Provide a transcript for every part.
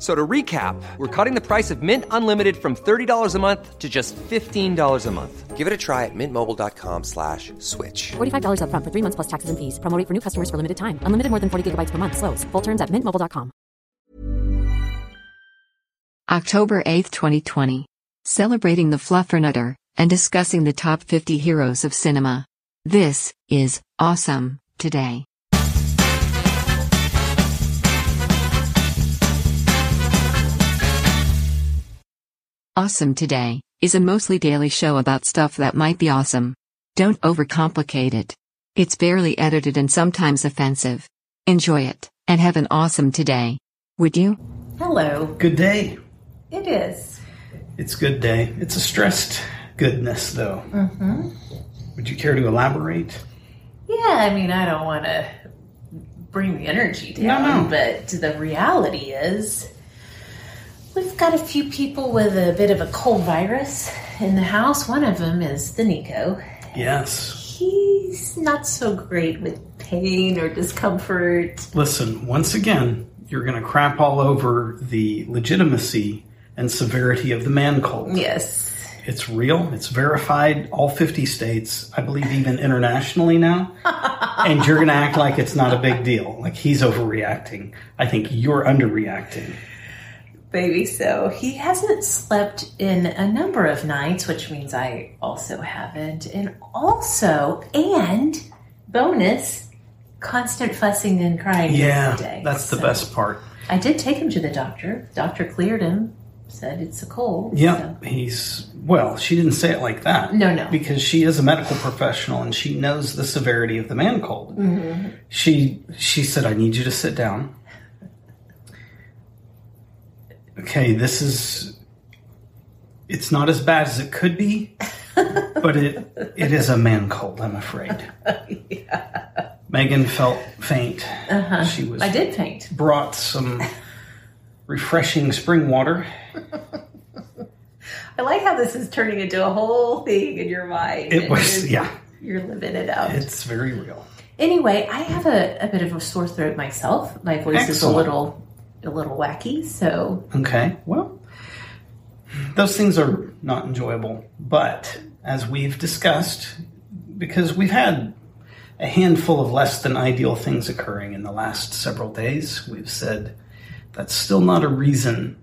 So to recap, we're cutting the price of Mint Unlimited from $30 a month to just $15 a month. Give it a try at mintmobile.com slash switch. $45 upfront for three months plus taxes and fees. Promo rate for new customers for limited time. Unlimited more than 40 gigabytes per month. Slows. Full terms at mintmobile.com. October 8, 2020. Celebrating the Fluffernutter and discussing the top 50 heroes of cinema. This is awesome today. Awesome Today is a mostly daily show about stuff that might be awesome. Don't overcomplicate it. It's barely edited and sometimes offensive. Enjoy it and have an awesome today. Would you? Hello. Good day. It is. It's good day. It's a stressed goodness, though. Mm-hmm. Would you care to elaborate? Yeah, I mean, I don't want to bring the energy down, no. but the reality is we've got a few people with a bit of a cold virus in the house. One of them is the Nico. Yes. He's not so great with pain or discomfort. Listen, once again, you're going to crap all over the legitimacy and severity of the man cult. Yes. It's real, it's verified, all 50 states, I believe even internationally now. and you're going to act like it's not a big deal, like he's overreacting. I think you're underreacting. Maybe so. He hasn't slept in a number of nights, which means I also haven't. And also, and bonus, constant fussing and crying Yeah, today. that's the So best part. I did take him to the doctor. Doctor cleared him, said it's a cold. so- Yep, he's well. She didn't say it like that. No, no. because she is a medical professional and she knows the severity of the man cold. Mm-hmm. She she said, "I need you to sit down." Okay, this is. It's not as bad as it could be, but it it is a man cold. I'm afraid. Megan felt faint. She was. Uh-huh. I did faint. Brought some refreshing spring water. I like how this is turning into a whole thing in your mind. It and was you're- yeah. You're living it out. It's very real. Anyway, I have a, a bit of a sore throat myself. My voice is a Excellent. little a little wacky, so Okay. Well, those things are not enjoyable, but as we've discussed, because we've had a handful of less than ideal things occurring in the last several days, we've said that's still not a reason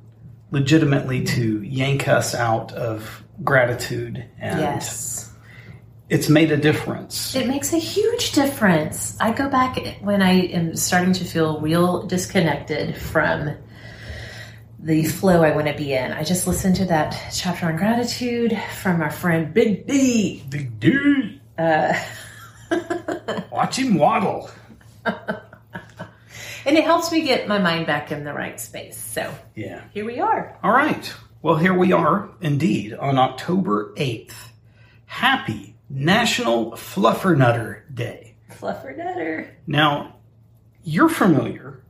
legitimately to yank us out of gratitude and yes. it's made a difference. It makes a huge difference. I go back when I am starting to feel real disconnected from the flow I want to be in. I just listened to that chapter on gratitude from our friend Big D. Big dude. Uh. Watch him waddle. And it helps me get my mind back in the right space. So Yeah. here we are. All right. Well, here we are, indeed, on October 8th. Happy National Fluffernutter Day. Fluffer Nutter. Now, you're familiar.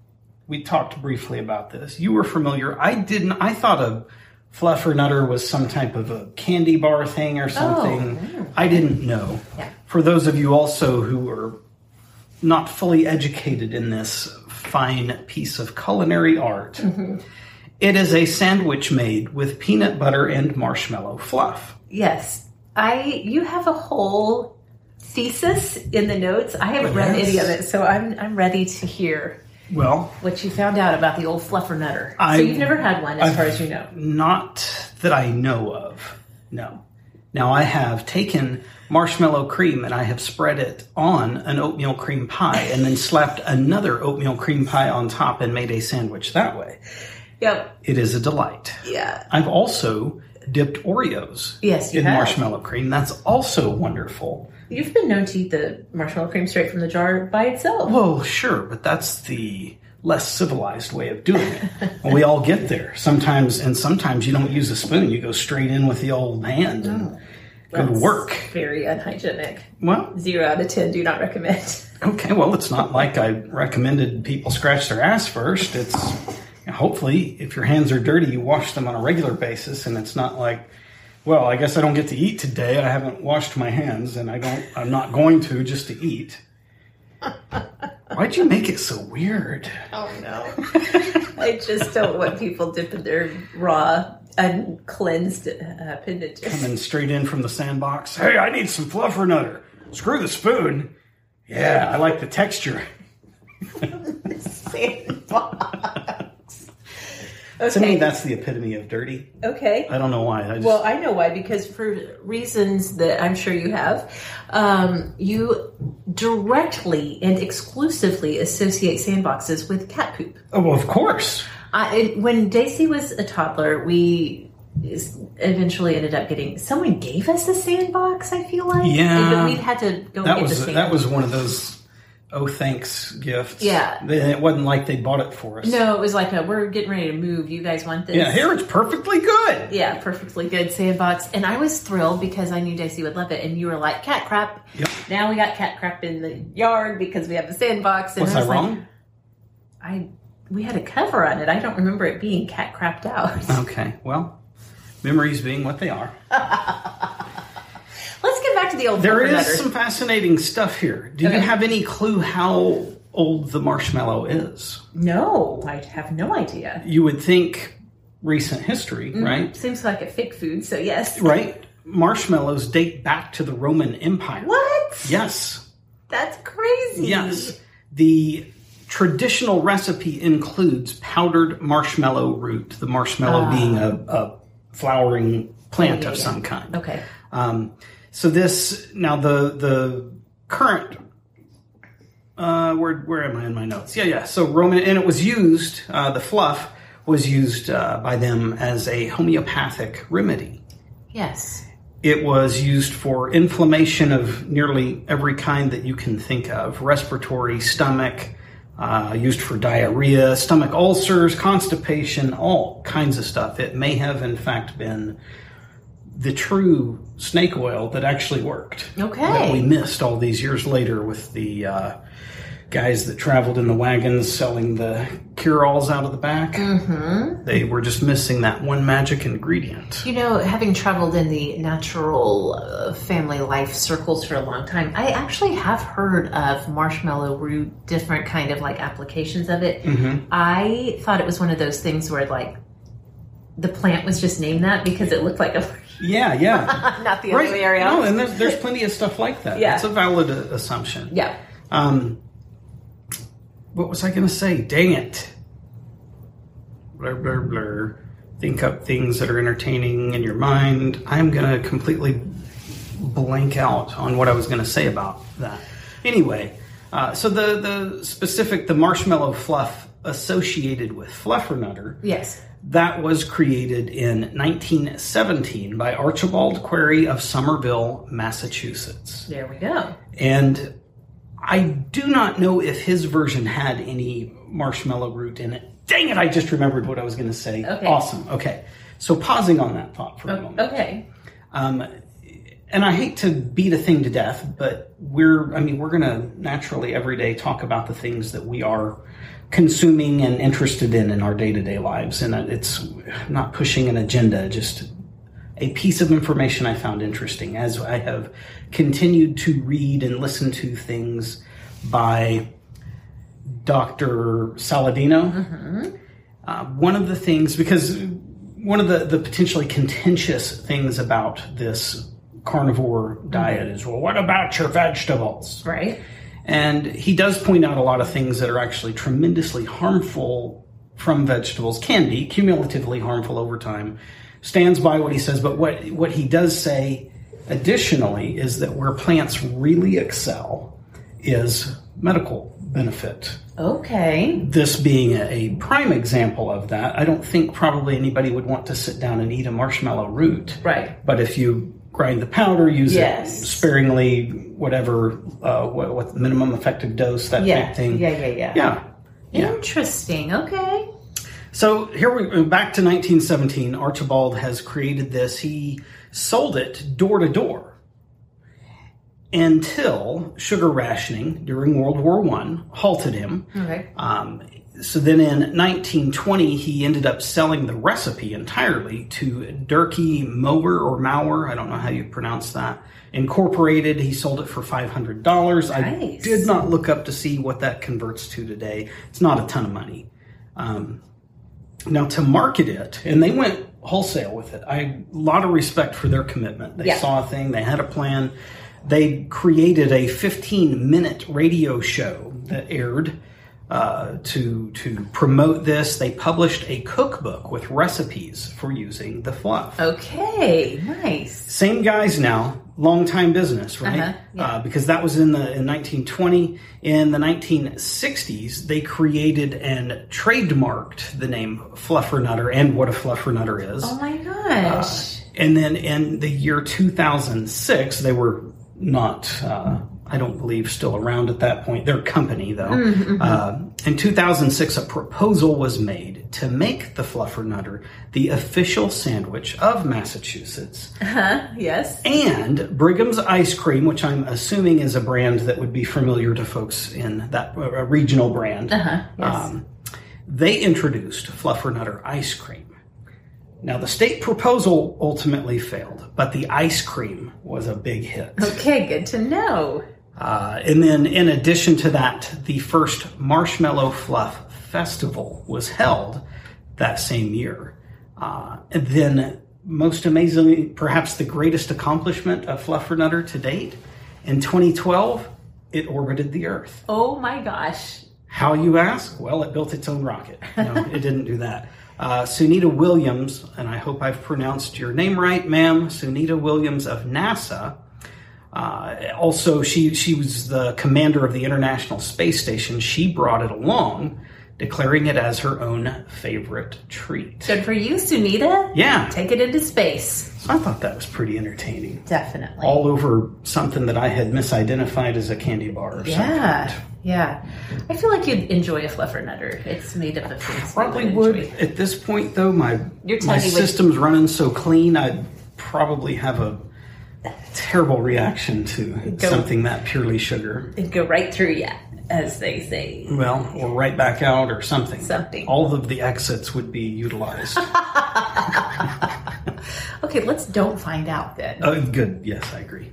We talked briefly about this. You were familiar. I didn't. I thought a fluffernutter was some type of a candy bar thing or something. I didn't know. Yeah. For those of you also who are not fully educated in this fine piece of culinary art, it is a sandwich made with peanut butter and marshmallow fluff. Yes. I you have a whole thesis in the notes. I haven't read Yes. any of it, so I'm I'm ready to hear Well, what you found out about the old fluffer nutter. I- so you've never had one, as I've- far as you know. Not that I know of. No. Now I have taken marshmallow cream and I have spread it on an oatmeal cream pie and then slapped another oatmeal cream pie on top and made a sandwich that way. Yep. It is a delight. Yeah. I've also dipped Oreos Yes, you in have. marshmallow cream. That's also wonderful. You've been known to eat the marshmallow cream straight from the jar by itself. Well, sure, but that's the less civilized way of doing it. And we all get there. Sometimes and sometimes you don't use a spoon, you go straight in with the old hand and go to That's work. Very unhygienic. Well, Zero out of ten. Do not recommend. okay, well, it's not like I recommended people scratch their ass first. It's hopefully if your hands are dirty, you wash them on a regular basis, and it's not like, well, I guess I don't get to eat today. I haven't washed my hands, and I don't. I'm not going to just to eat. Why'd you make it so weird? Oh no. I just don't want people dipping their raw, uncleansed uh, appendages. Coming straight in from the sandbox. Hey, I need some fluffernutter. Screw the spoon. Yeah, I like the texture. Sandbox. To me, Okay. that's the epitome of dirty. okay. I don't know why. I just, Well, I know why because for reasons that I'm sure you have, um, you directly and exclusively associate sandboxes with cat poop. oh, well, of course. I, it- when Daisy was a toddler, we s- eventually ended up getting someone gave us a sandbox. I feel like Yeah. but we had to go that get was the sand. that was one of those oh thanks gifts. Yeah. They- it wasn't like they bought it for us. no, it was like a we're getting ready to move. You guys want this? Yeah, here it's perfectly good. Yeah, perfectly good sandbox. And I was thrilled because I knew Daisy would love it. And you were like, cat crap. Yep. Now we got cat crap in the yard because we have a sandbox. And Was I I was like, wrong? I we had a cover on it. I don't remember it being cat crapped out. okay. Well, memories being what they are. Let's get back to the old There is fluffernutter. some fascinating stuff here. Do Okay. you have any clue how old the marshmallow is? No, I have no idea. You would think recent history, Mm-hmm. right? Seems like a fake food, so yes. Right? Marshmallows date back to the Roman Empire. What? Yes. That's crazy. Yes. The traditional recipe includes powdered marshmallow root, the marshmallow Ah. being a, a flowering plant of some kind. Okay. Um, so this now the the current uh, where where am I in my notes? Yeah, yeah. So Roman and it was used uh, the fluff was used uh, by them as a homeopathic remedy. Yes. It was used for inflammation of nearly every kind that you can think of respiratory, stomach, uh, used for diarrhea, stomach ulcers, constipation, all kinds of stuff. It may have, in fact, been the true snake oil that actually worked. Okay. That we missed all these years later with the uh, guys that traveled in the wagons selling the cure alls out of the back. Mm-hmm. They were just missing that one magic ingredient. You know, having traveled in the natural uh, family life circles for a long time, I actually have heard of marshmallow root, different kind of like applications of it. Mm-hmm. I thought it was one of those things where like the plant was just named that because it looked like a Yeah, yeah. not the other way around. No, and there's, there's plenty of stuff like that. Yeah. That's a valid uh, assumption. yeah. Um, what was I going to say? Dang it. Blur, blur, blur. Think up things that are entertaining in your mind. I'm going to completely blank out on what I was going to say about that. Anyway, uh, so the, the specific, the marshmallow fluff associated with Fluffernutter Yes. that was created in 1917 by Archibald Query of Somerville, Massachusetts. There we go. And I do not know if his version had any marshmallow root in it. Dang it, I just remembered what I was going to say. Okay. Awesome. Okay. So pausing on that thought for a moment. Okay. Um, and I hate to beat a thing to death, but we're, I mean, we're going to naturally every day talk about the things that we are consuming and interested in in our day to day lives. And it's not pushing an agenda, just a piece of information I found interesting as I have continued to read and listen to things by Dr. Saladino. Uh, one of the things, because one of the, the potentially contentious things about this carnivore diet is well, what about your vegetables? Right. And he does point out a lot of things that are actually tremendously harmful from vegetables, can be cumulatively harmful over time. Stands by what he says, but what, what he does say additionally is that where plants really excel is medical benefit. Okay. This being a, a prime example of that, I don't think probably anybody would want to sit down and eat a marshmallow root. Right. But if you grind the powder, use Yes. it sparingly, whatever, uh, what, what minimum effective dose, that type Yeah. of thing. Yeah, yeah, yeah. Yeah. Yeah. Interesting. Okay. So here we back to 1917. Archibald has created this. He sold it door to door until sugar rationing during World War One halted him. Okay. Um, so then in 1920, he ended up selling the recipe entirely to Durkee Mower or Mauer. I don't know how you pronounce that. Incorporated. He sold it for $500. I Nice. did not look up to see what that converts to today. It's not a ton of money. Um, now to market it, and they went wholesale with it. I a lot of respect for their commitment. They Yeah. saw a thing, they had a plan. They created a 15 minute radio show that aired uh, to to promote this. They published a cookbook with recipes for using the fluff. Okay. Nice. Same guys now, long time business, right? Uh-huh, yeah. Uh, because that was in the in 1920. In the 1960s, they created and trademarked the name Fluffernutter and what a Fluffernutter is. Oh my gosh. And then in the year 2006, they were not, uh, I don't believe, still around at that point. Their company, though. Mm-hmm, Uh, in 2006, a proposal was made to make the Fluffernutter the official sandwich of Massachusetts. yes. And Brigham's Ice Cream, which I'm assuming is a brand that would be familiar to folks in that a regional brand. um, they introduced Fluffernutter ice cream. Now, the state proposal ultimately failed, but the ice cream was a big hit. Okay. Good to know. Uh, and then, in addition to that, the first Marshmallow Fluff Festival was held that same year. Uh, and then, most amazingly, perhaps the greatest accomplishment of Fluffernutter to date, in 2012, it orbited the Earth. Oh my gosh. How you ask? Well, it built its own rocket. No, it didn't do that. Uh, Sunita Williams, and I hope I've pronounced your name right, ma'am. Sunita Williams of NASA. Uh, also, she she was the commander of the International Space Station. She brought it along, declaring it as her own favorite treat. Good for you, Sunita. Yeah, Take it into space. I thought that was pretty entertaining. Definitely. All over something that I had misidentified as a candy bar. Or yeah. something. Yeah. I feel like you'd enjoy a fluffernutter. It's made up of things. we Probably would. enjoy. At this point, though, my Your tummy my would- system's running so clean, I'd probably have a terrible reaction to something that purely sugar. It'd go right through you, as they say. Well, or right back out, or something. Something. All of the exits would be utilized. Okay, let's don't find out then. uh, good. Yes, I agree.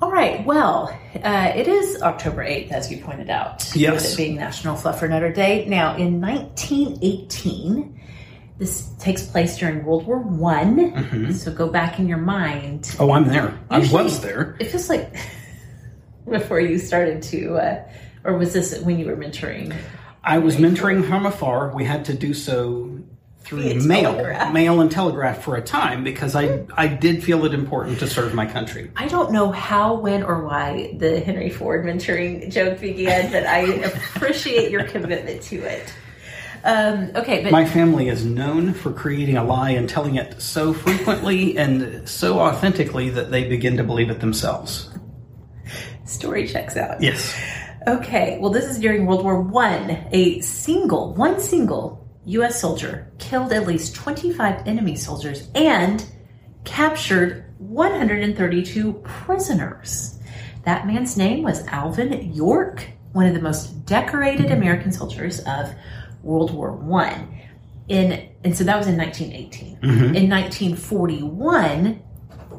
All right. Well, uh, it is October 8th, as you pointed out. Yes. With it being National Fluffernutter Day. Now, in 1918, this takes place during World War One. So go back in your mind. Oh, I'm there. Usually- I was there. It feels like before you started to, uh, or was this when you were mentoring? I was mentoring from afar. We had to do so through Via mail, telegraph. mail and telegraph for a time because I I did feel it important to serve my country. I don't know how, when, or why the Henry Ford mentoring joke began, but I appreciate your commitment to it. Um, okay, but My family is known for creating a lie and telling it so frequently and so authentically that they begin to believe it themselves. story checks out. Yes. Okay, well, this is during World War One. A single, one single U.S. soldier killed at least 25 enemy soldiers and captured 132 prisoners. That man's name was Alvin York, one of the most decorated American soldiers of World War One. In and so that was in 1918. In 1941,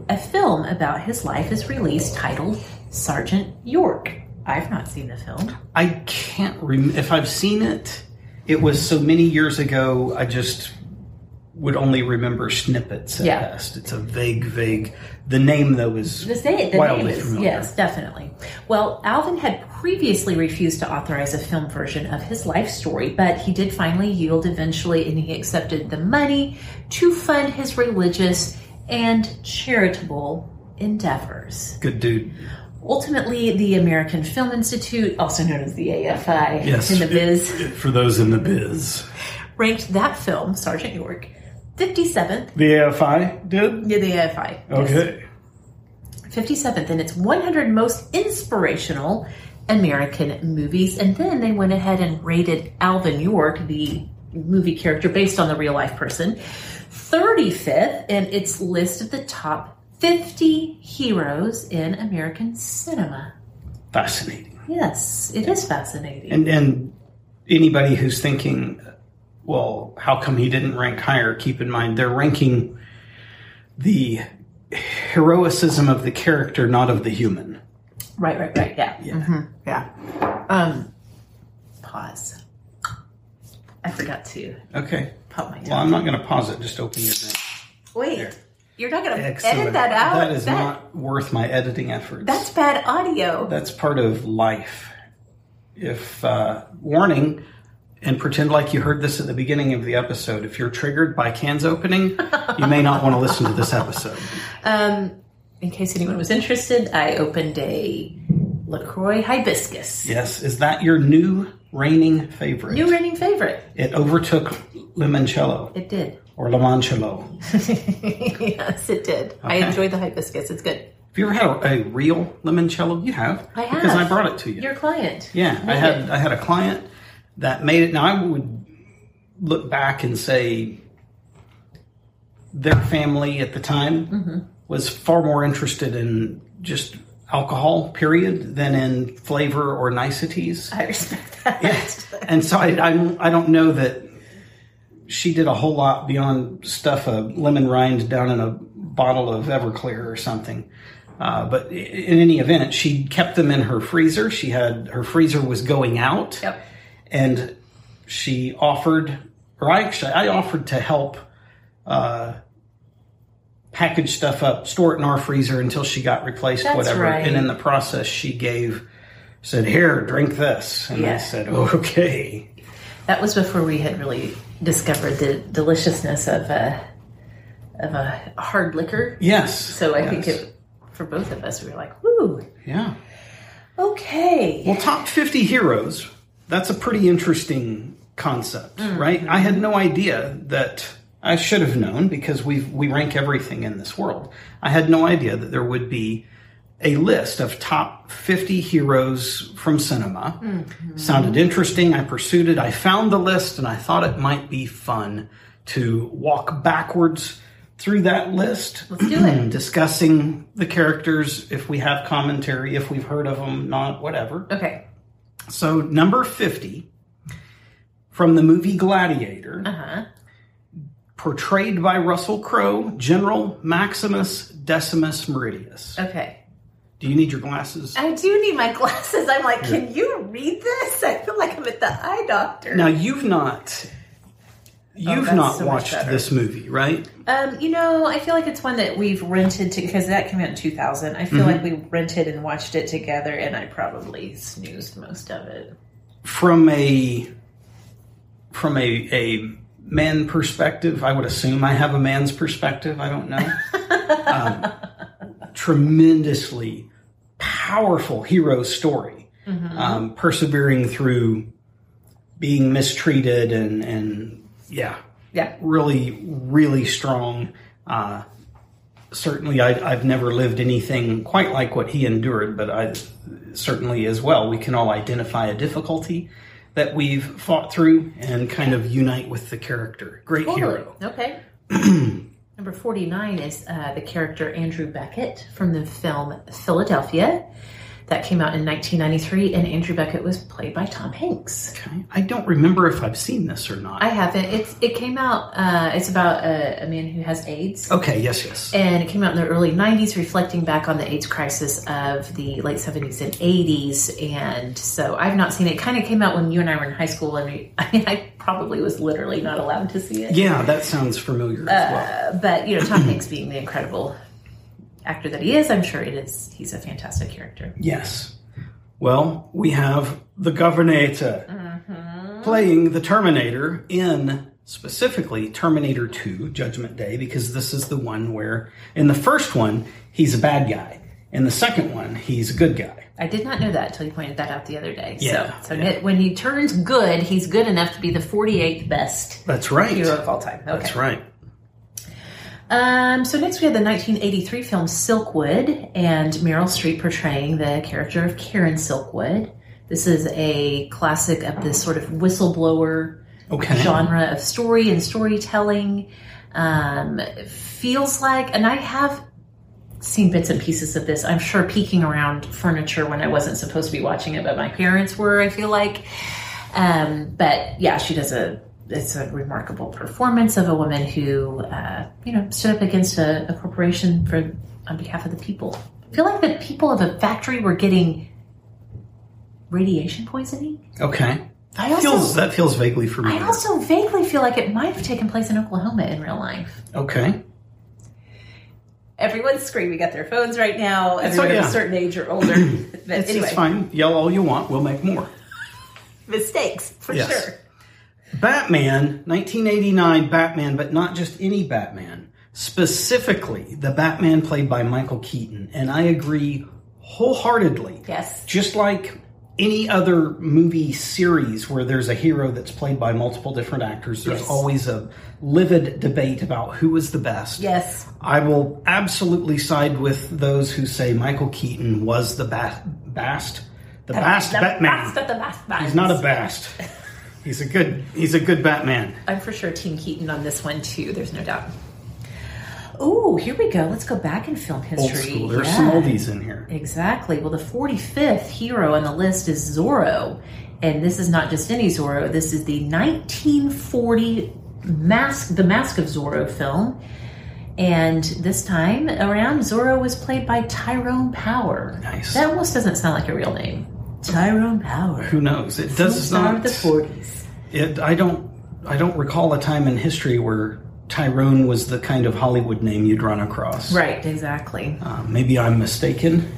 a film about his life is released titled Sergeant York. I've not seen the film. I can't remember. If I've seen it, it was so many years ago, I just would only remember snippets at Yeah. best. It's a vague, vague. The name though is The, say, the wildly name is, familiar. yes, definitely. Well, Alvin had previously refused to authorize a film version of his life story, but he did finally yield eventually and he accepted the money to fund his religious and charitable endeavors. Good dude. Ultimately, the American Film Institute, also known as the AFI Yes. in the biz, For those in the biz. ranked that film, Sergeant York, 57th. The AFI did? Yeah, the AFI. yes. Okay. 57th in its 100 most inspirational American movies. And then they went ahead and rated Alvin York, the movie character based on the real life person, 35th in its list of the top 50 heroes in American cinema. Fascinating. Yes, it is fascinating. And and anybody who's thinking, well, how come he didn't rank higher? Keep in mind they're ranking the heroicism of the character, not of the human. Right, right, right. Yeah. Yeah. Mm-hmm. yeah. Um, pause. I forgot to Okay. pop my Well, I'm not going to pause it. Just open your. Thing. Wait, you're not going to edit Excellent. that out? That is not worth my editing efforts. That's bad audio. that's part of life. If uh, warning, and pretend like you heard this at the beginning of the episode. If you're triggered by cans opening, you may not want to listen to this episode. Um, in case anyone was interested, I opened a LaCroix hibiscus. Yes, is that your new reigning favorite? New reigning favorite. it overtook limoncello It did. or limoncello. yes, it did. I Okay. enjoyed the hibiscus. It's good. Have you ever had a, a real limoncello? You have. I have. because I brought it to you. Your client. Yeah, I Made had it. I had a client that made it. Now I would look back and say their family at the time Mm-hmm. was far more interested in just alcohol, period, than in flavor or niceties. I respect that. and so I, I don't- I don't know that she did a whole lot beyond stuff a lemon rind down in a bottle of Everclear or something. Uh, but i- in any event, she kept them in her freezer. She had her freezer was going out, Yep. and she offered, or I actually I offered to help uh, package stuff up, store it in our freezer until she got replaced, That's whatever. right. And in the process, she gave said, "Here, drink this," and I Yeah. said, "Okay." That was before we had really discovered the deliciousness of a of a hard liquor. Yes. So I Yes. think it for both of us, we were like, "Woo, Yeah. okay." Well, top 50 heroes, that's a pretty interesting concept, Mm. right? I had no idea that I should have known because we we rank everything in this world. I had no idea that there would be a list of top 50 heroes from cinema. Mm-hmm. Sounded interesting. I pursued it. I found the list and I thought it might be fun to walk backwards through that list. Let's do it. discussing the characters, if we have commentary, if we've heard of them, not whatever. Okay. So number fifty from the movie Gladiator, Uh-huh. portrayed by Russell Crowe, General Maximus Decimus Meridius. Okay. Do you need your glasses? I do need my glasses. I'm like, can you read this? I feel like I'm at the eye doctor. Now you've not you've Oh, that's not so much watched better. this movie, right? Um, you know, I feel like it's one that we've rented to because that came out in 2000. I feel like we rented and watched it together, and I probably snoozed most of it. From a from a a man perspective, I would assume I have a man's perspective. I don't know. um, tremendously powerful hero story, um, persevering through being mistreated and and yeah, Yeah. really really strong. Uh, certainly, I, I've never lived anything quite like what he endured, but I certainly as well. We can all identify a difficulty that we've fought through and kind of unite with the character. Great hero. Okay. Number 49 is uh, the character Andrew Beckett from the film Philadelphia. that came out in 1993, and Andrew Beckett was played by Tom Hanks. Okay. I don't remember if I've seen this or not. I haven't. It's it came out. Uh, it's about a, a man who has AIDS. okay, yes, yes. And it came out in the early 90s, reflecting back on the AIDS crisis of the late 70s and 80s. And so I've not seen it. it kind of came out when you and I were in high school, and we, I, mean, I probably was literally not allowed to see it. yeah, that sounds familiar as well. But, you know, Tom Hanks being the incredible actor that he is, I'm sure it is. He's a fantastic character. Yes. Well, we have the Governator Mm-hmm. playing the Terminator in specifically Terminator 2 Judgment Day because this is the one where in the first one he's a bad guy. In the second one he's a good guy. I did not know that until you pointed that out the other day. Yeah, so so when he turns good, he's good enough to be the 48th best That's right. hero of all time. Okay. That's right. Um, so next we had the 1983 film Silkwood and Meryl Streep portraying the character of Karen Silkwood. This is a classic of this sort of whistleblower Okay. genre of story and storytelling. Um, feels like, and I have seen bits and pieces of this. I'm sure peeking around furniture when I wasn't supposed to be watching it, but my parents were. I feel like, um, but yeah, she does a. It's a remarkable performance of a woman who, uh, you know, stood up against a, a corporation for on behalf of the people. I feel like the people of a factory were getting radiation poisoning. Okay. That I also- feels that feels vaguely I familiar. also vaguely feel like it might have taken place in Oklahoma in real life. okay. Everyone's screaming at their phones right now. all- Everyone of yeah. a certain age or older. But It's, anyway, it's fine. Yell all you want. We'll make more. mistakes for Yes. sure. Batman, 1989 Batman, but not just any Batman. Specifically, the Batman played by Michael Keaton. And I agree wholeheartedly. Yes. Just like any other movie series where there's a hero that's played by multiple different actors, there's Yes. always a livid debate about who is the best. Yes. I will absolutely side with those who say Michael Keaton was the best, best the best The Batman. best of the best He's Batmans. not a bast. He's a good. He's a good Batman. I'm for sure Team Keaton on this one too. There's no doubt. Oh, here we go. Let's go back in film history. Old school. There's some Yeah. oldies in here. Exactly. Well, the 45th hero on the list is Zorro. And this is not just any Zorro. This is the 1940 Mask, the Mask of Zorro film. And this time around, Zorro was played by Tyrone Power. Nice. That almost doesn't sound like a real name. Tyrone Power. Who knows? It does Star not. of the 40s. It, I don't. I don't recall a time in history where Tyrone was the kind of Hollywood name you'd run across. Right, exactly. Uh, maybe I'm mistaken.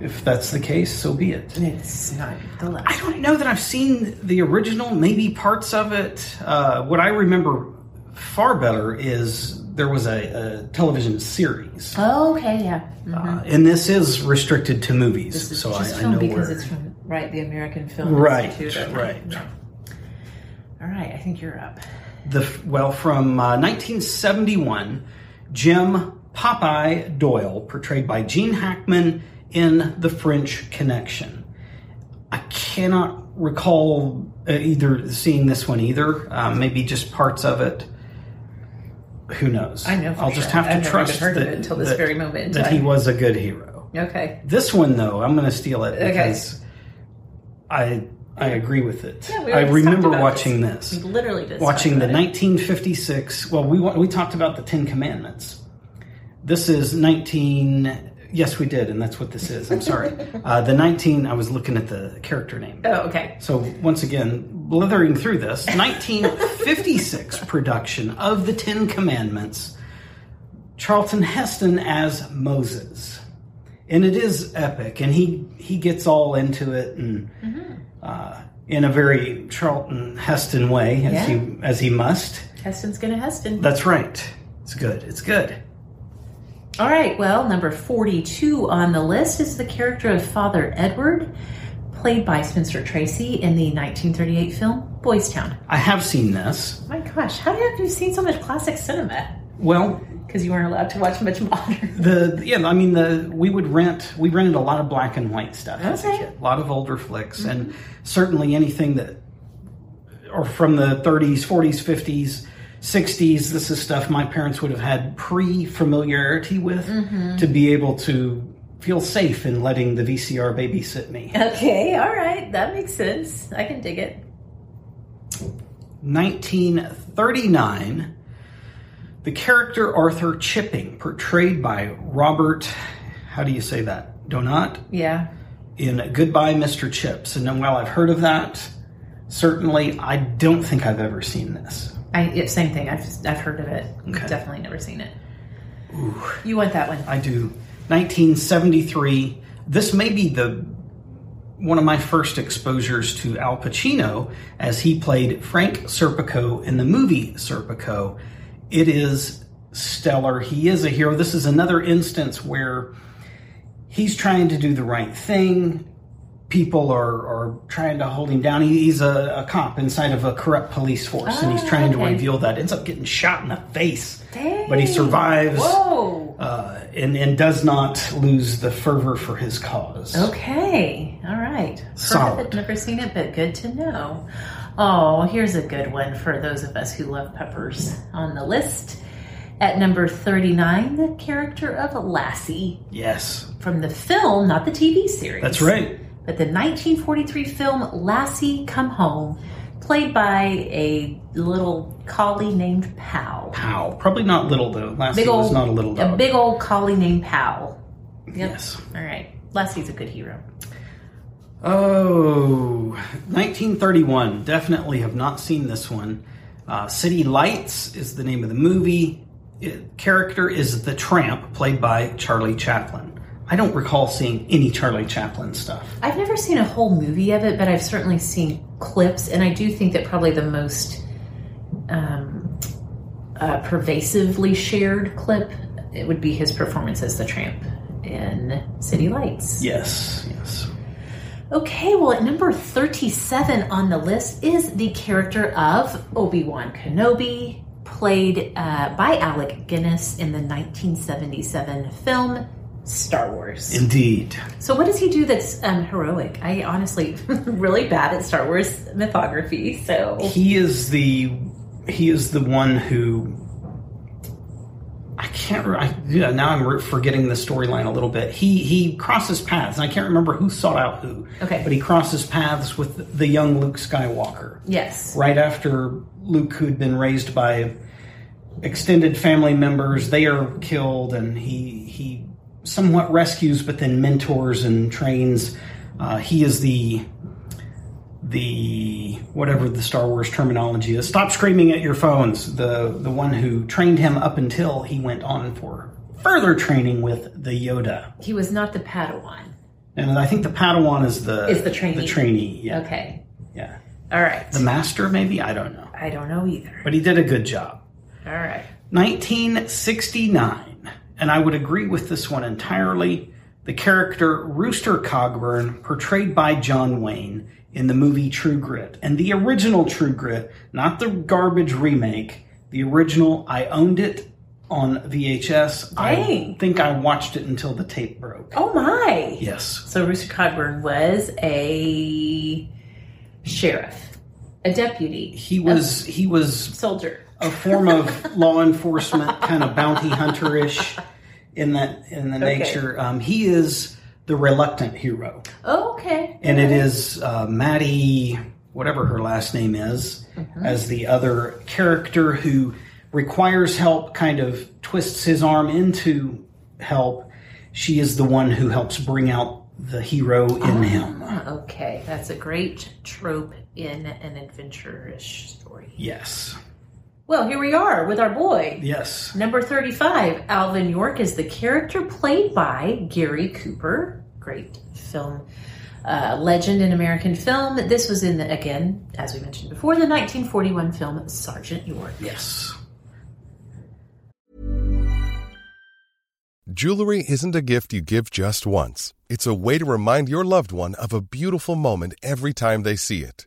If that's the case, so be it. It's not the last. I don't know that I've seen the original. Maybe parts of it. Uh, what I remember far better is there was a, a television series. Oh, okay, yeah. Uh, and this is restricted to movies, so I, Mm-hmm. just I film know because where. it's from right the American Film right, Institute. I think. right. All right, I think you're up. The f- well from uh, 1971, Jim Popeye Doyle, portrayed by Gene Hackman in The French Connection. I cannot recall uh, either seeing this one either. Uh, maybe just parts of it. Who knows? I know for I'll just sure. have to I've never trust even heard of that, it until this that- very moment in that time. he was a good hero. Okay. This one though, I'm going to steal it Okay. because I I agree with it. Yeah, we I already just remember talked about watching this. this, We literally just watching talked the about it. 1956. Well, we wa- we talked about the Ten Commandments. This is 19. Yes, we did, and that's what this is. I'm sorry. uh, the 19. I was looking at the character name. Oh, okay. So once again, blithering through this 1956 production of the Ten Commandments, Charlton Heston as Moses, and it is epic, and he he gets all into it and. Uh, in a very Charlton Heston way, as Yeah. he as he must. Heston's gonna Heston. That's right. It's good. It's good. All right. Well, number forty-two on the list is the character of Father Edward, played by Spencer Tracy in the nineteen thirty-eight film Boys Town. I have seen this. My gosh, how have you seen so much classic cinema? Well, Because you weren't allowed to watch much modern. The yeah, I mean the we would rent we rented a lot of black and white stuff as a Okay. kid, a lot of older flicks, and certainly anything that or from the 30s, 40s, 50s, 60s. This is stuff my parents would have had pre familiarity with to be able to feel safe in letting the VCR babysit me. Okay, all right, that makes sense. I can dig it. 1939, the character Arthur Chipping, portrayed by Robert, how do you say that? Donat? Yeah. in Goodbye, Mr. Chips. And while I've heard of that, certainly I don't think I've ever seen this. I yeah, same thing. I've I've heard of it. Definitely never seen it. You want that one? I do. 1973. This may be the one of my first exposures to Al Pacino as he played Frank Serpico in the movie Serpico. It is stellar. He is a hero. This is another instance where he's trying to do the right thing. People are, are trying to hold him down. He- He's a, a cop inside of a corrupt police force, and he's trying to reveal that. Ends up getting shot in the face, but he survives Whoa. uh, and, and does not lose the fervor for his cause. Okay. All right. Heard of Solid. it, Never seen it, but good to know. Oh, here's a good one for those of us who love peppers on the list. At number 39, the character of Lassie Yes, from the film, not the TV series. that's right. But the 1943 film Lassie Come Home, played by a little collie named Pal. How? Probably not little though. Lassie Big old, was not a little dog. A big old collie named Pal. yes. All right. Lassie's a good hero. Oh, 1931. Definitely have not seen this one. Uh, City Lights is the name of the movie. It, character is the Tramp, played by Charlie Chaplin. I don't recall seeing any Charlie Chaplin stuff. I've never seen a whole movie of it, but I've certainly seen clips, and I do think that probably the most um, uh, pervasively shared clip it would be his performance as the tramp in City Lights. Yes, yes. Okay, well, at number 37 on the list is the character of Obi Wan Kenobi, played uh, by Alec Guinness in the 1977 film Star Wars. Indeed. so, what does he do that's um, heroic? I honestly really bad at Star Wars mythography, so. He is the he is the one who I can't. re- I, yeah, now I'm re- forgetting the storyline a little bit. He he crosses paths, and I can't remember who sought out who. Okay. but he crosses paths with the young Luke Skywalker Yes. right after Luke, who'd been raised by extended family members, they are killed, and he he somewhat rescues, but then mentors and trains. Uh, he is the the whatever the Star Wars terminology is. Stop screaming at your phones. The the one who trained him up until he went on for further training with the Yoda, He was not the Padawan. and I think the Padawan is the Is the trainee. The trainee, yeah, Okay. yeah. All right. The master, maybe I don't know, I don't know either. but he did a good job. All right. 1969, and I would agree with this one entirely. The character Rooster Cogburn, portrayed by John Wayne in the movie True Grit, and the original True Grit, not the garbage remake, the original, I owned it on VHS. Dang. I think I watched it until the tape broke. Oh, my. Yes. So Rooster Cogburn was a sheriff, a deputy, He was he was soldier. a form of law enforcement kind of bounty hunter-ish in that in the nature um, he is the reluctant hero Oh, okay. and it is uh, maddie whatever her last name is as the other character who requires help kind of twists his arm into help she is the one who helps bring out the hero in him Okay, that's a great trope in an adventure-ish story. yes Well, here we are with our boy. yes Number 35, Alvin York is the character played by Gary Cooper, great film uh, legend in American film. This was in, the, again, as we mentioned before, the 1941 film Sergeant York. yes Jewelry isn't a gift you give just once. It's a way to remind your loved one of a beautiful moment every time they see it.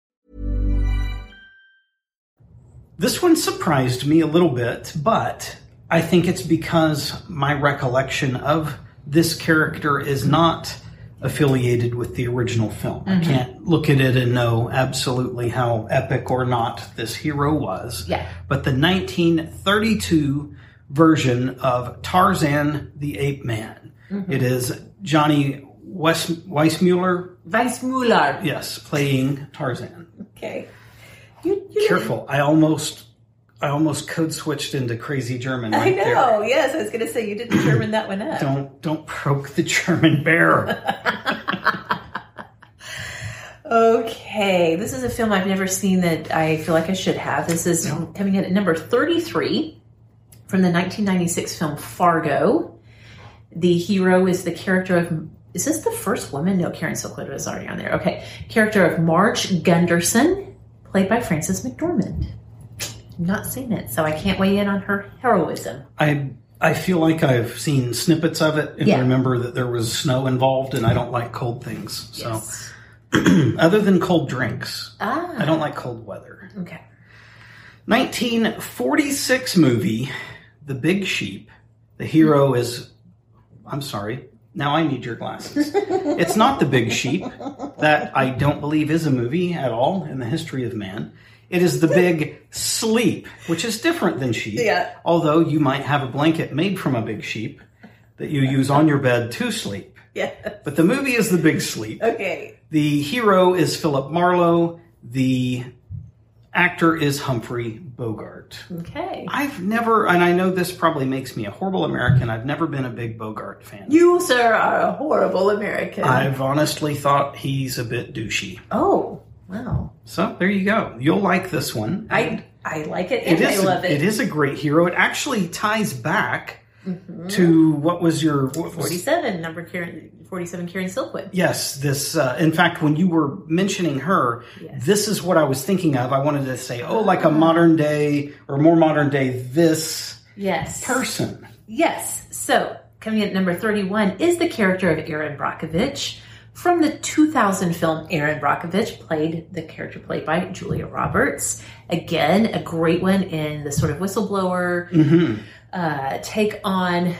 This one surprised me a little bit, but I think it's because my recollection of this character is not affiliated with the original film. I can't look at it and know absolutely how epic or not this hero was. Yeah. But the 1932 version of Tarzan the Ape Man. It is Johnny West, Weissmuller, Weissmuller. yes, playing Tarzan. Okay. You, you Careful, I almost, I almost code switched into crazy German. I Right there. know. Yes, I was going to say you didn't German that one up. Don't don't poke the German barrel. Okay, this is a film I've never seen that I feel like I should have. This is coming in at number 33 from the 1996 film Fargo. The hero is the character of. Is this the first woman? No, Karen Silkwood was already on there. Okay. Character of Marge Gunderson, played by Frances McDormand. I've not seen it, so I can't weigh in on her heroism. I I feel like I've seen snippets of it and Yeah. remember that there was snow involved, and I don't like cold things. So, other than cold drinks, Ah. I don't like cold weather. Okay. 1946 movie, The Big Sheep. The hero is. I'm sorry. Now I need your glasses. it's not The Big Sheep. That I don't believe is a movie at all in the history of man. It is The Big Sleep, which is different than sheep. Yeah. Although you might have a blanket made from a big sheep that you use on your bed to sleep. Yeah. But the movie is The Big Sleep. Okay. The hero is Philip Marlowe. The actor is Humphrey Bogart. Okay. I've never, and I know this probably makes me a horrible American, I've never been a big Bogart fan. You, sir, are a horrible American. I've honestly thought he's a bit douchey. oh, wow. So there you go. You'll like this one. I I like it It and is, I love it. it is a great hero. It actually ties back Mm-hmm. to what was your what was- Forty-seven number Karen, forty-seven Karen Silkwood. Yes, this. Uh, in fact, when you were mentioning her, this is what I was thinking of. I wanted to say, oh, like a modern day or more modern day this Yes. person. yes. So coming in at number thirty-one is the character of Aaron Brockovich from the 2000 film Aaron Brockovich played the character played by Julia Roberts. Again, a great one in the sort of whistleblower uh, take on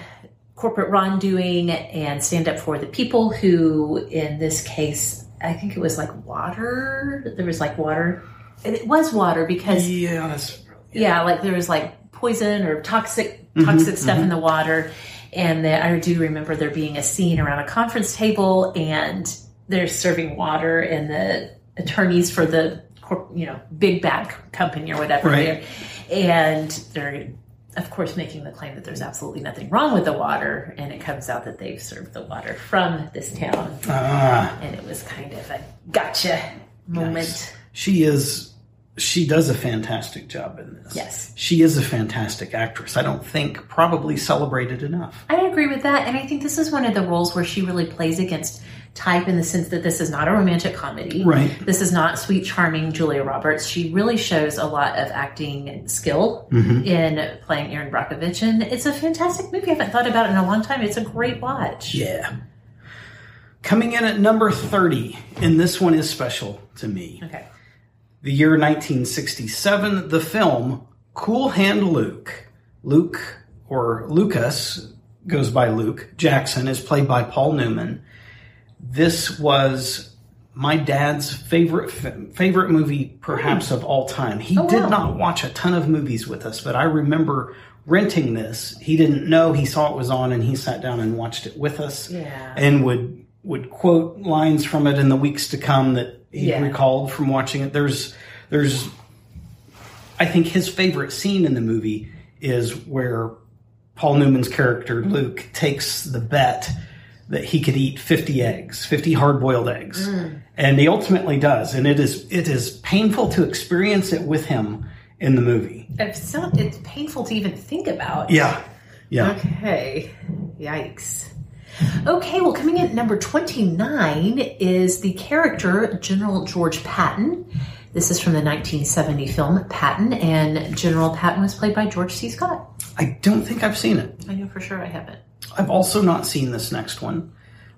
corporate wrongdoing and stand up for the people who, in this case, I think it was like water. There was like water. And It was water because Yeah, Mm-hmm, that's yeah, like there was like poison or toxic toxic stuff in the water, and the, I do remember there being a scene around a conference table, and they're serving water, and the attorneys for the corp, you know big bad c- company or whatever, Right. they're- and they're of course making the claim that there's absolutely nothing wrong with the water, and it comes out that they've served the water from this town, ah, and it was kind of a gotcha moment. she is. She does a fantastic job in this. Yes. she is a fantastic actress. I don't think probably celebrated enough. I agree with that, and I think this is one of the roles where she really plays against type in the sense that this is not a romantic comedy. Right. This is not sweet, charming Julia Roberts. She really shows a lot of acting skill Mm-hmm. in playing Erin Brockovich, and it's a fantastic movie. I haven't thought about it in a long time. It's a great watch. Yeah. Coming in at number thirty, and this one is special to me. Okay. the year 1967, the film Cool Hand Luke. Luke, or Lucas, goes by Luke. Jackson is played by Paul Newman. This was my dad's favorite fi- favorite movie, perhaps of all time. He did not watch a ton of movies with us, but I remember renting this. He didn't know. He saw it was on, and he sat down and watched it with us. Yeah. and would would quote lines from it in the weeks to come that he Yeah. recalled from watching it. There's there's I think his favorite scene in the movie is where Paul Newman's character Luke takes the bet that he could eat 50 eggs, 50 hard-boiled eggs. Mm. And he ultimately does, and it is it is painful to experience it with him in the movie. It's so it's painful to even think about. Yeah. Yeah. Okay. Yikes. Okay, well, coming in at number 29 is the character General George Patton. This is from the 1970 film Patton, and General Patton was played by George C. Scott. I don't think I've seen it. I know for sure I haven't. I've also not seen this next one,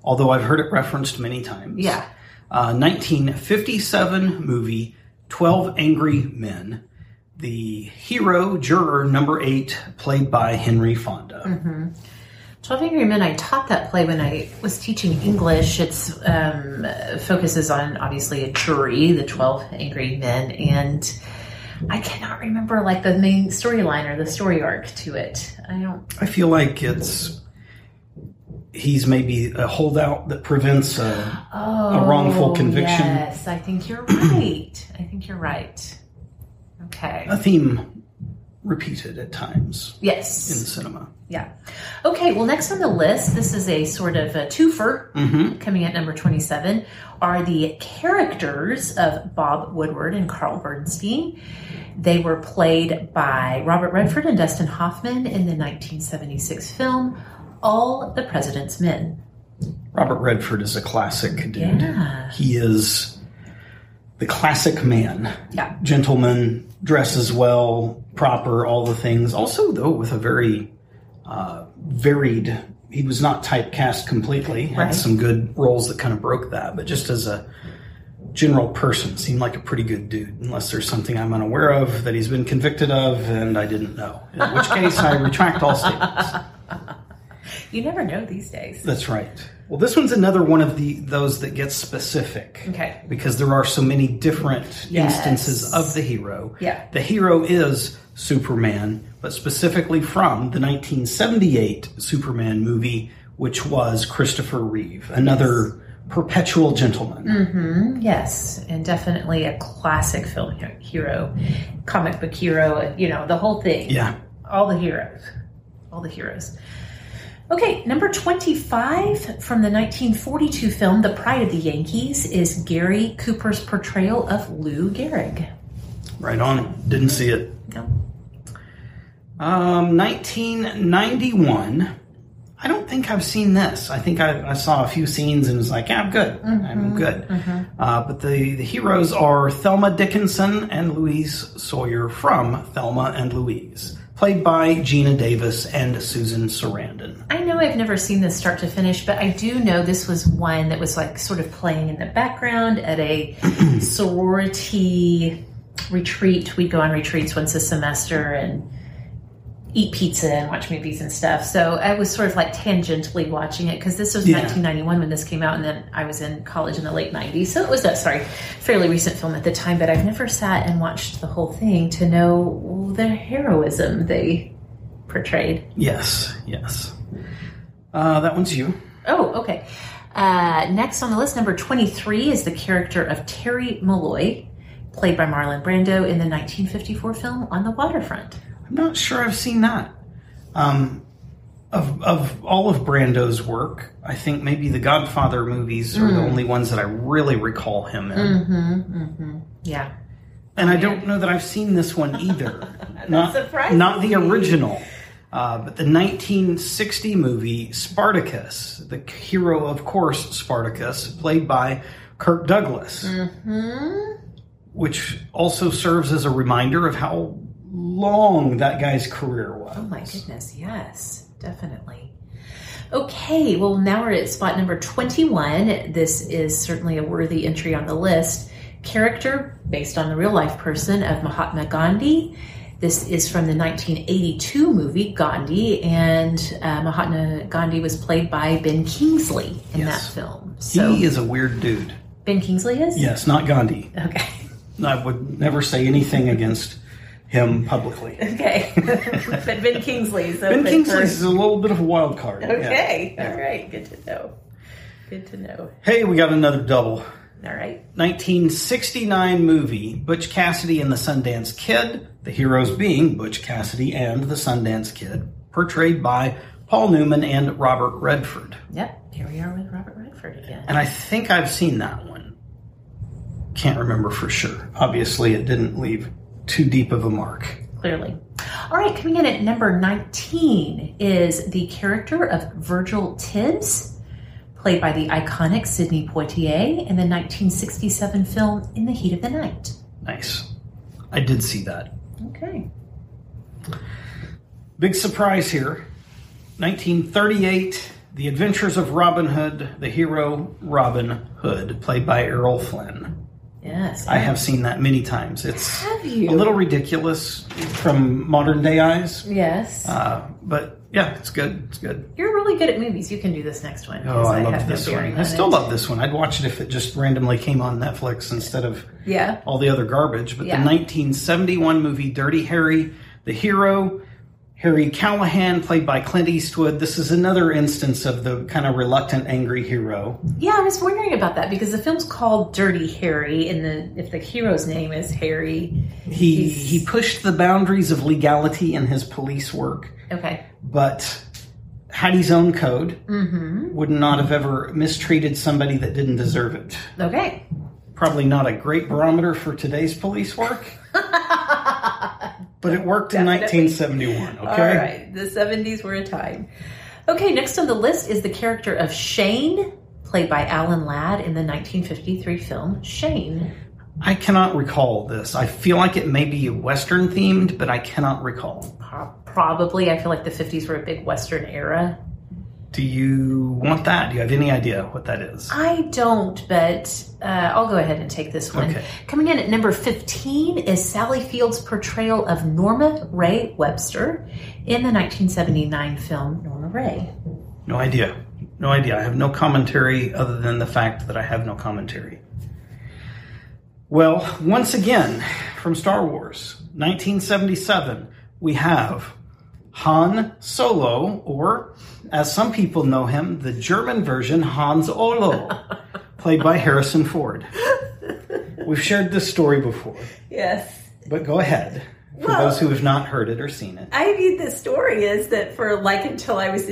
although I've heard it referenced many times. Yeah. Uh, 1957 movie 12 Angry Men. The hero, juror number eight, played by Henry Fonda. 12 Angry Men, I taught that play when I was teaching English. It's um, uh, focuses on obviously a jury, the 12 Angry Men, and I cannot remember like the main storyline or the story arc to it. I don't. I feel like it's he's maybe a holdout that prevents a, a wrongful conviction. Yes, I think you're right. I think you're right. Okay. A theme repeated at times Yes. in cinema. Yeah. Okay, well, next on the list, this is a sort of a twofer coming at number 27, are the characters of Bob Woodward and Carl Bernstein. They were played by Robert Redford and Dustin Hoffman in the 1976 film All the President's Men. Robert Redford is a classic dude. He is the classic man. Yeah. Gentleman, dresses well, proper, all the things. Also, though, with a very uh, varied. He was not typecast completely. Had Right. some good roles that kind of broke that, but just as a general person, seemed like a pretty good dude. Unless there's something I'm unaware of that he's been convicted of, and I didn't know. In which case, I retract all statements. You never know these days. That's right. Well, this one's another one of the those that gets specific. Okay. Because there are so many different Yes. instances of the hero. Yeah. The hero is Superman, but specifically from the 1978 Superman movie, which was Christopher Reeve, another perpetual gentleman. Mm. Yes, and definitely a classic film he- hero, comic book hero, you know, the whole thing. Yeah. all the heroes all the heroes okay number 25 from the 1942 film the pride of the yankees is gary cooper's portrayal of lou gehrig Right on. Didn't see it. no. Um, 1991. I don't think I've seen this. I think I, I saw a few scenes and was like, yeah, I'm good. I'm good. Uh, but the, the heroes are Thelma Dickinson and Louise Sawyer from Thelma and Louise, played by Gina Davis and Susan Sarandon. i know i've never seen this start to finish but i do know this was one that was like sort of playing in the background at a sorority retreat we'd go on retreats once a semester and eat pizza and watch movies and stuff. So I was sort of like tangentially watching it because this was Yeah. 1991 when this came out, and then I was in college in the late 90s. So it was a sorry, fairly recent film at the time, but I've never sat and watched the whole thing to know the heroism they portrayed. Yes, yes. Uh, that one's you. Oh, okay. Uh, next on the list, number 23 is the character of Terry Malloy, played by Marlon Brando in the 1954 film On the Waterfront. I'm not sure I've seen that. Um, of of all of Brando's work, I think maybe the Godfather movies Hmm. are the only ones that I really recall him in. Yeah. And I don't know that I've seen this one either. not, surprises not the original, uh, but the 1960 movie Spartacus. The hero, of course, Spartacus, played by Kirk Douglas, Mm-hmm. which also serves as a reminder of how long that guy's career was. Oh my goodness, yes, definitely. Okay, well, now we're at spot number 21. This is certainly a worthy entry on the list. Character based on the real life person of Mahatma Gandhi. This is from the 1982 movie Gandhi, and uh, Mahatma Gandhi was played by Ben Kingsley in that film. So, he is a weird dude. Ben Kingsley is? Yes, not Gandhi. Okay. I would never say anything against him publicly. Okay. but Ben Kingsley is Ben open Kingsley for- is a little bit of a wild card. yeah. Okay. All right. Good to know. Good to know. Hey, we got another double. All right. 1969 movie Butch Cassidy and the Sundance Kid, the heroes being Butch Cassidy and the Sundance Kid, portrayed by Paul Newman and Robert Redford. Yep, here we are with Robert Redford again. And I think I've seen that one. Can't remember for sure. Obviously, it didn't leave too deep of a mark. Clearly. All right, coming in at number 19 is the character of Virgil Tibbs, played by the iconic Sidney Poitier in the 1967 film In the Heat of the Night. Nice. I did see that. Okay. Big surprise here. 1938, The Adventures of Robin Hood, the hero Robin Hood, played by Errol Flynn. Yes. I have seen that many times. It's Have you? a little ridiculous from modern day eyes, Yes. uh, but yeah, it's good. It's good. You're really good at movies. You can do this next one. Oh, 'cause I, have love no this bearing one. on I still it. love this one. I'd watch it if it just randomly came on Netflix instead of Yeah. all the other garbage. But Yeah. the 1971 movie Dirty Harry, the hero, Harry Callahan, played by Clint Eastwood. This is another instance of the kind of reluctant, angry hero. Yeah, I was wondering about that because the film's called Dirty Harry, and the if the hero's name is Harry. He he pushed the boundaries of legality in his police work, Okay. but had his own code. Mm-hmm. Would not have ever mistreated somebody that didn't deserve it. Okay. probably not a great barometer for today's police work. but it worked in 1971, okay? All right. The seventies were a time. Okay. Next on the list is the character of Shane, played by Alan Ladd in the 1953 film Shane. I cannot recall this. I feel like it may be Western themed, but I cannot recall. Pro- Probably, I feel like the 50s were a big Western era. Do you want that? Do you have any idea what that is? I don't, but uh, I'll go ahead and take this one. Okay. Coming in at number 15 is Sally Field's portrayal of Norma Ray Webster in the 1979 film Norma Ray. No idea. No idea. I have no commentary other than the fact that I have no commentary. Well, once again, from Star Wars 1977, we have Han Solo, or as some people know him, the German version Hans Olo, played by Harrison Ford. We've shared this story before, Yes. but go ahead for those who have not heard it or seen it. I mean, the story is that for like until I was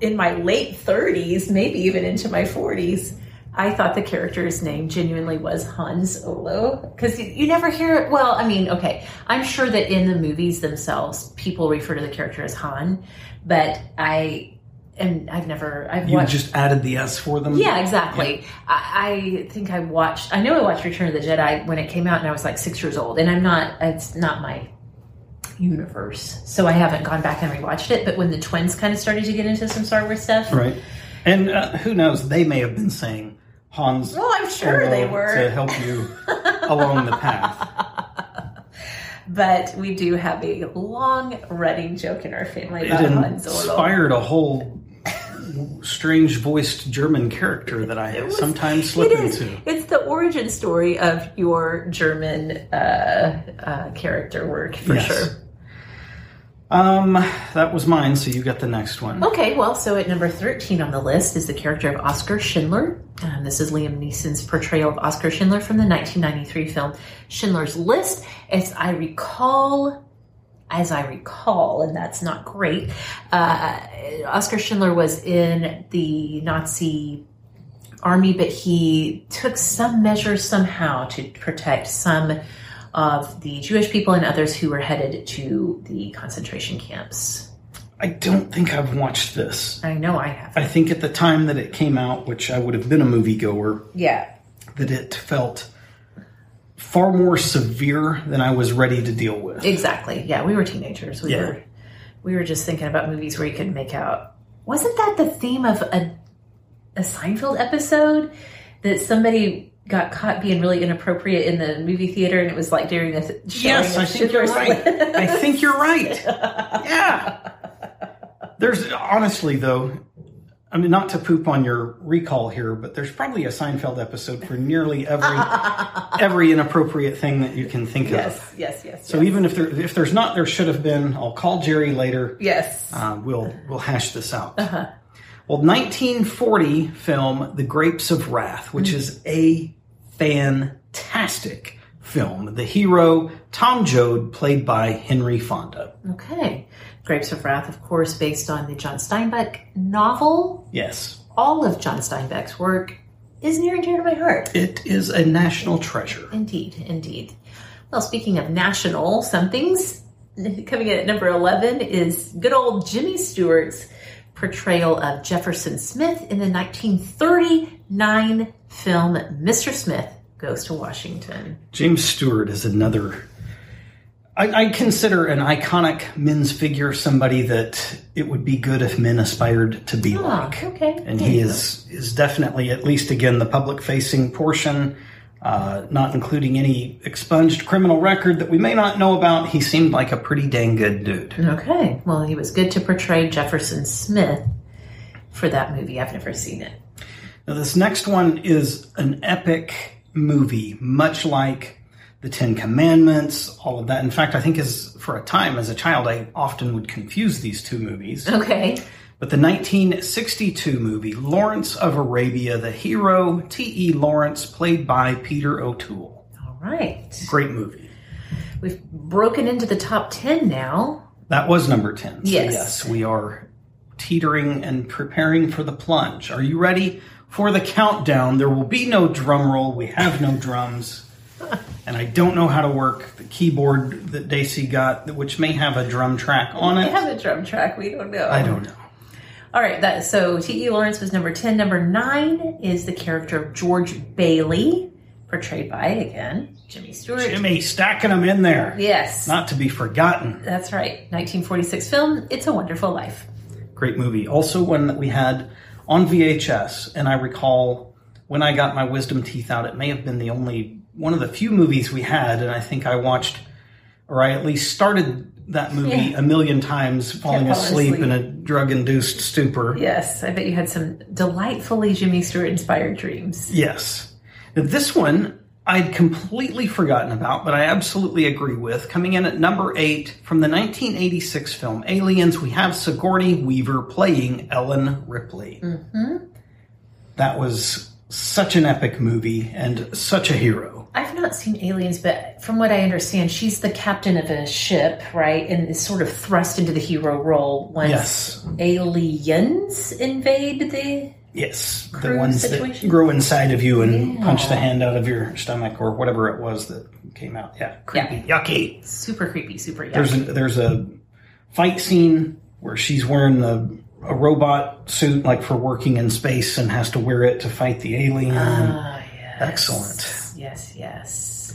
in my late 30s, maybe even into my 40s, I thought the character's name genuinely was Hans Olo. Because you, you never hear it. Well, I mean, okay, I'm sure that in the movies themselves, people refer to the character as Han, but I. And I've never, I've You watched. just added the S for them. Yeah, exactly. I, I think I watched. I know I watched Return of the Jedi when it came out, and I was like six years old. And I'm not. It's not my universe, so I haven't gone back and rewatched it. But when the twins kind of started to get into some Star Wars stuff, Right. And uh, who knows? They may have been saying Hans. Well, I'm sure they Solo were. to help you along the path. But we do have a long running joke in our family It about Han Solo. inspired a whole strange voiced German character that I have sometimes slip It is. into. It's the origin story of your German uh, uh, character work for Yes. sure. Um, that was mine. So you got the next one. Okay, well, so at number 13 on the list is the character of Oscar Schindler. Um, this is Liam Neeson's portrayal of Oscar Schindler from the 1993 film Schindler's List. As I recall, as I recall, and that's not great, uh, Oscar Schindler was in the Nazi army, but he took some measures somehow to protect some of the Jewish people and others who were headed to the concentration camps. I don't think I've watched this. I know I have. I think at the time that it came out, which I would have been a moviegoer, Yeah. that it felt far more severe than I was ready to deal with. Exactly. Yeah, we were teenagers. We Yeah. were we were just thinking about movies where you could make out. Wasn't that the theme of a a Seinfeld episode that somebody got caught being really inappropriate in the movie theater and it was like during the th- showing Yes, of I think you're Schindler's right. List? I think you're right. Yeah. There's honestly though, I mean not to poop on your recall here, but there's probably a Seinfeld episode for nearly every every inappropriate thing that you can think of. yes, yes, yes. So yes. even if there if there's not, there should have been. I'll call Jerry later. yes. Uh, Uh-huh. we'll we'll hash this out. Well, 1940 film The Grapes of Wrath, which Mm-hmm. is a fantastic film. The hero Tom Joad, played by Henry Fonda. Okay. Grapes of Wrath, of course, based on the John Steinbeck novel. Yes. All of John Steinbeck's work is near and dear to my heart. It is a national treasure. Indeed, indeed. Well, speaking of national somethings, coming in at number 11 is good old Jimmy Stewart's portrayal of Jefferson Smith in the 1939 film Mr. Smith Goes to Washington. James Stewart is another. I, I consider an iconic men's figure somebody that it would be good if men aspired to be Ah, like. okay. And he is is definitely at least again the public facing portion, uh, not including any expunged criminal record that we may not know about. He seemed like a pretty dang good dude. Okay. Well, he was good to portray Jefferson Smith for that movie. I've never seen it. Now this next one is an epic movie, much like the Ten Commandments, all of that. In fact, I think as for a time as a child, I often would confuse these two movies. Okay. But the 1962 movie Lawrence of Arabia, the hero T.E. Lawrence, played by Peter O'Toole. All right. Great movie. We've broken into the top 10 now. That was number 10. So Yes. we are teetering and preparing for the plunge. Are you ready for the countdown? There will be no drum roll. We have no drums. And I don't know how to work the keyboard that Daisy got, which may have a drum track on We have it. a drum track. We don't know. I don't know. All right. That, so T.E. Lawrence was number 10. Number 9 is the character of George Bailey, portrayed by, again, Jimmy Stewart. Jimmy, stacking them in there. Yes. Not to be forgotten. That's right. 1946 film, It's a Wonderful Life. great movie. Also, one that we had on VHS, and I recall when I got my wisdom teeth out, it may have been the only one of the few movies we had, and I think I watched, or I at least started that movie a million times, falling falling asleep, asleep. in a drug induced stupor. Yes. I bet you had some delightfully Jimmy Stewart inspired dreams. Yes. Now, this one I'd completely forgotten about, but I absolutely agree with. Coming in at number eight from the 1986 film Aliens, we have Sigourney Weaver playing Ellen Ripley. Mm-hmm. That was such an epic movie and such a hero. I've not seen Aliens, but from what I understand, she's the captain of a ship, right? And is sort of thrust into the hero role once Yes. aliens invade the. Yes. The Cruise ones situation. that grow inside of you and punch the hand out of your stomach or whatever it was that came out. Yeah. Creepy. Yucky. Super creepy, super There's a, yucky. there's a fight scene where she's wearing a, a robot suit, like for working in space, and has to wear it to fight the alien. Excellent. Yes, yes.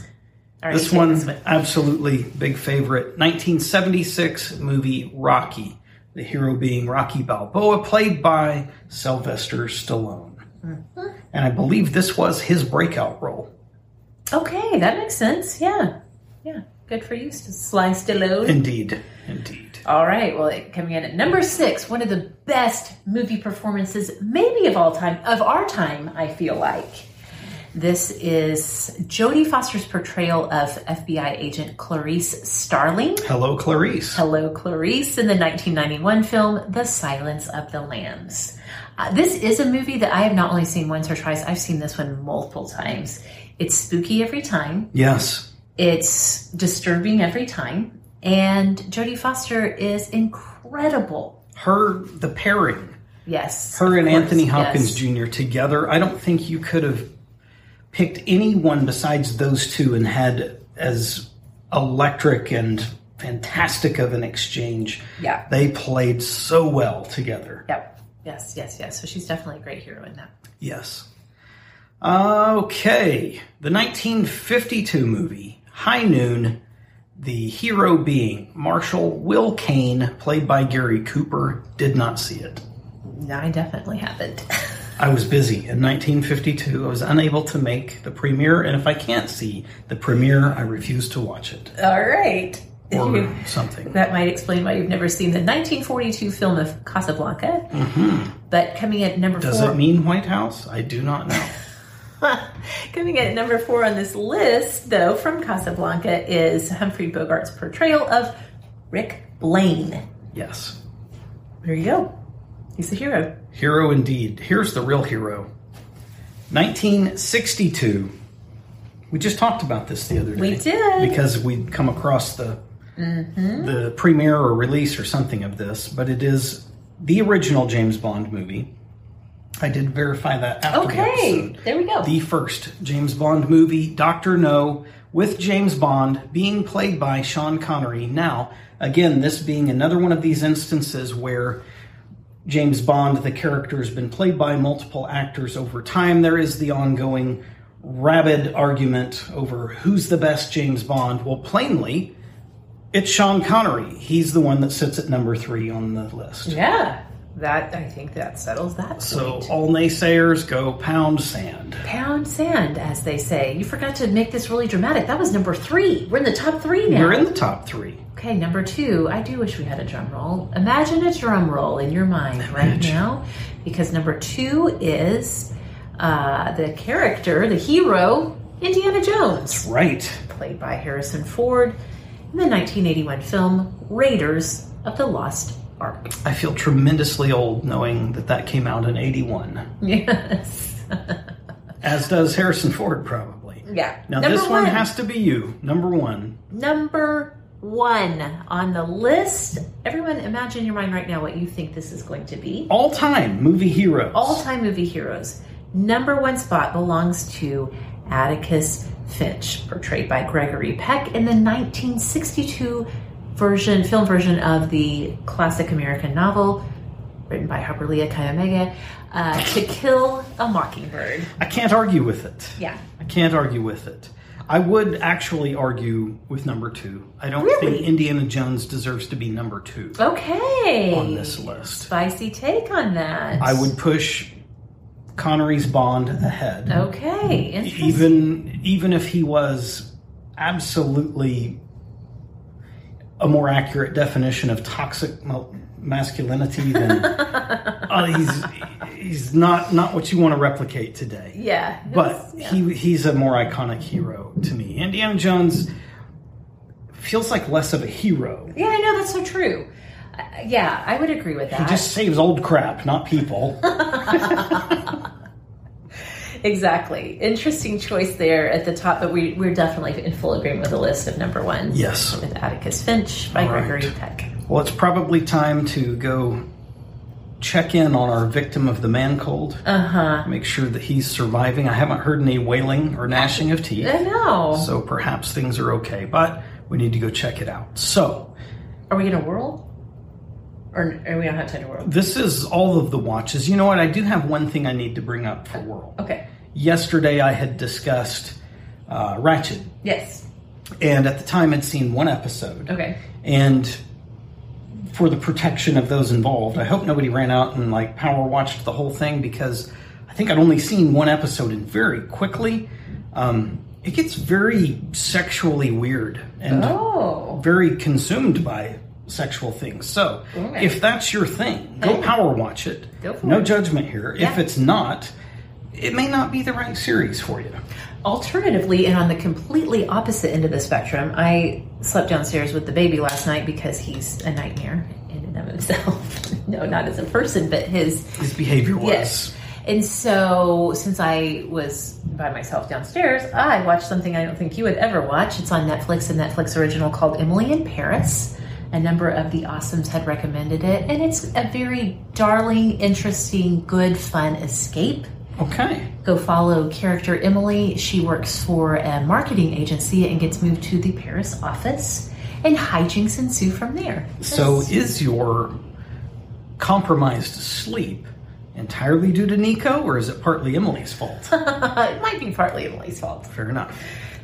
All right, This take one, absolutely big favorite. 1976 movie Rocky. The hero being Rocky Balboa, played by Sylvester Stallone. And I believe this was his breakout role. Okay, that makes sense. Yeah. Yeah. Good for you, Sly Stallone. Indeed. Indeed. All right. Well, it- coming in at number six, one of the best movie performances, maybe of all time, of our time, I feel like. This is Jodie Foster's portrayal of FBI agent Clarice Starling. Hello, Clarice. Hello, Clarice, in the 1991 film The Silence of the Lambs. Uh, this is a movie that I have not only seen once or twice, I've seen this one multiple times. It's spooky every time. Yes. It's disturbing every time. And Jodie Foster is incredible. Her, the pairing. Yes. her and of course, Anthony Hopkins yes. Jr. together, I don't think you could have picked anyone besides those two and had as electric and fantastic of an exchange. Yeah. They played so well together. Yep. Yes, yes, yes. So she's definitely a great hero in that. Yes. Okay. The 1952 movie, High Noon, the hero being Marshall Will Kane, played by Gary Cooper, did not see it. No, I definitely haven't. I was busy in 1952. I was unable to make the premiere, and if I can't see the premiere, I refuse to watch it All right. or something. That might explain why you've never seen the 1942 film of Casablanca. But coming at number Mm-hmm. Does four, it mean White House? I do not know. coming at number four on this list, though, from Casablanca is Humphrey Bogart's portrayal of Rick Blaine. Yes. There you go. He's a hero. Hero indeed. Here's the real hero. 1962. We just talked about this the other day. We did. Mm-hmm. Because we'd come across the the premiere or release or something of this, but it is the original James Bond movie. I did verify that after the Okay, episode. there we go. The first James Bond movie, Doctor No, with James Bond being played by Sean Connery. Now, again, this being another one of these instances where James Bond, the character, has been played by multiple actors over time. There is the ongoing rabid argument over who's the best James Bond. Well, plainly, it's Sean Connery. He's the one that sits at number three on the list. Yeah, that I think that settles that. So point. all naysayers go pound sand. pound sand, as they say. You forgot to make this really dramatic. That was number three. We're in the top three now. You're in the top three. Okay, number two. I do wish we had a drum roll. Imagine a drum roll in your mind right now, because number two is uh, the character, the hero, Indiana Jones, Right. played by Harrison Ford in the 1981 film Raiders of the Lost Ark. I feel tremendously old knowing that that came out in 81, Yes. as does Harrison Ford, probably. Yeah. Now, number this one has to be you, number one. number one on the list. Everyone, imagine in your mind right now what you think this is going to be. All time movie heroes. All time movie heroes. Number one spot belongs to Atticus Finch, portrayed by Gregory Peck in the 1962 version, film version of the classic American novel. Written by Harper Leah Kayamega, uh, To Kill a Mockingbird. I can't argue with it. Yeah. I can't argue with it. I would actually argue with number two. I don't think Indiana Jones deserves to be number two Oh. Okay. on this list. Spicy take on that. I would push Connery's Bond ahead. Oh. Okay. Interesting. even even if he was absolutely a more accurate definition of toxic mo- masculinity than uh, he's he's not not what you want to replicate today Yeah. it but was- yeah. he he's a more iconic hero to me indiana jones feels like less of a hero Yeah, I know that's so true. Uh, yeah, I would agree with that. he just saves old crap not people exactly. Interesting choice there at the top, but we we're definitely in full agreement with the list of number one. yes With Atticus Finch by Gregory Peck. well it's probably time to go check in on our victim of the man cold Uh-huh. make sure that he's surviving. I haven't heard any wailing or gnashing of teeth, I know. so perhaps things are okay, but we need to go check it out. So, are we gonna whirl? Or or we don't have time to whirl. this is all of the watches. You know what? I do have one thing I need to bring up for Whirl. Okay. Yesterday, I had discussed uh, Ratchet, Yes. and at the time, I'd seen one episode. Okay. And for the protection of those involved, I hope nobody ran out and like power watched the whole thing because I think I'd only seen one episode and very quickly. Um, it gets very sexually weird and Oh. very consumed by sexual things. So Okay. if that's your thing, go power watch it. Go for no it. judgment here. If Yeah. it's not, it may not be the right series for you. Alternatively, and on the completely opposite end of the spectrum, I slept downstairs with the baby last night because he's a nightmare in and of himself. no, not as a person, but his His behavior was. Yes. And so, since I was by myself downstairs, I watched something I don't think you would ever watch. It's on Netflix, a Netflix original called Emily in Paris. A number of the awesomes had recommended it, and it's a very darling, interesting, good, fun escape Okay. go follow character Emily. She works for a marketing agency and gets moved to the Paris office, and hijinks ensue from there. So is your compromised sleep entirely due to Nico, or is it partly Emily's fault? Uh, it might be partly Emily's fault. Fair enough.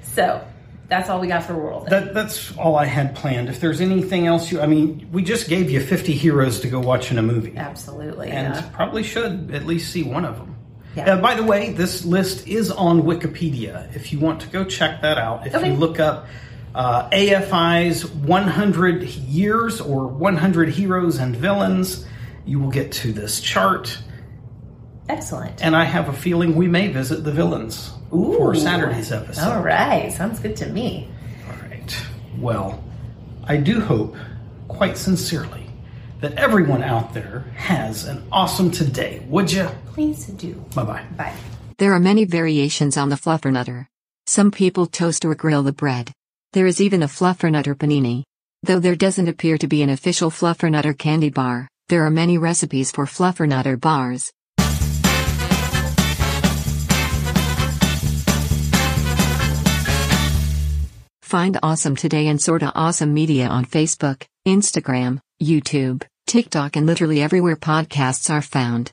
So that's all we got for World. That, that's all I had planned. If there's anything else you, I mean, we just gave you 50 heroes to go watch in a movie, Absolutely. and yeah. probably should at least see one of them. Yeah. Uh, by the way, this list is on Wikipedia. If you want to go check that out, if Okay. you look up uh, AFI's 100 years or 100 heroes and villains, you will get to this chart. Excellent. And I have a feeling we may visit the villains for Saturday's episode. All right. Sounds good to me. All right. Well, I do hope, quite sincerely, that everyone out there has an awesome today. Would you? Please do. Bye bye. Bye. There are many variations on the fluffernutter. Some people toast or grill the bread. There is even a fluffernutter panini. Though there doesn't appear to be an official fluffernutter candy bar, there are many recipes for fluffernutter bars. Find Awesome Today and Sorta Awesome Media on Facebook, Instagram, YouTube, TikTok, and literally everywhere podcasts are found.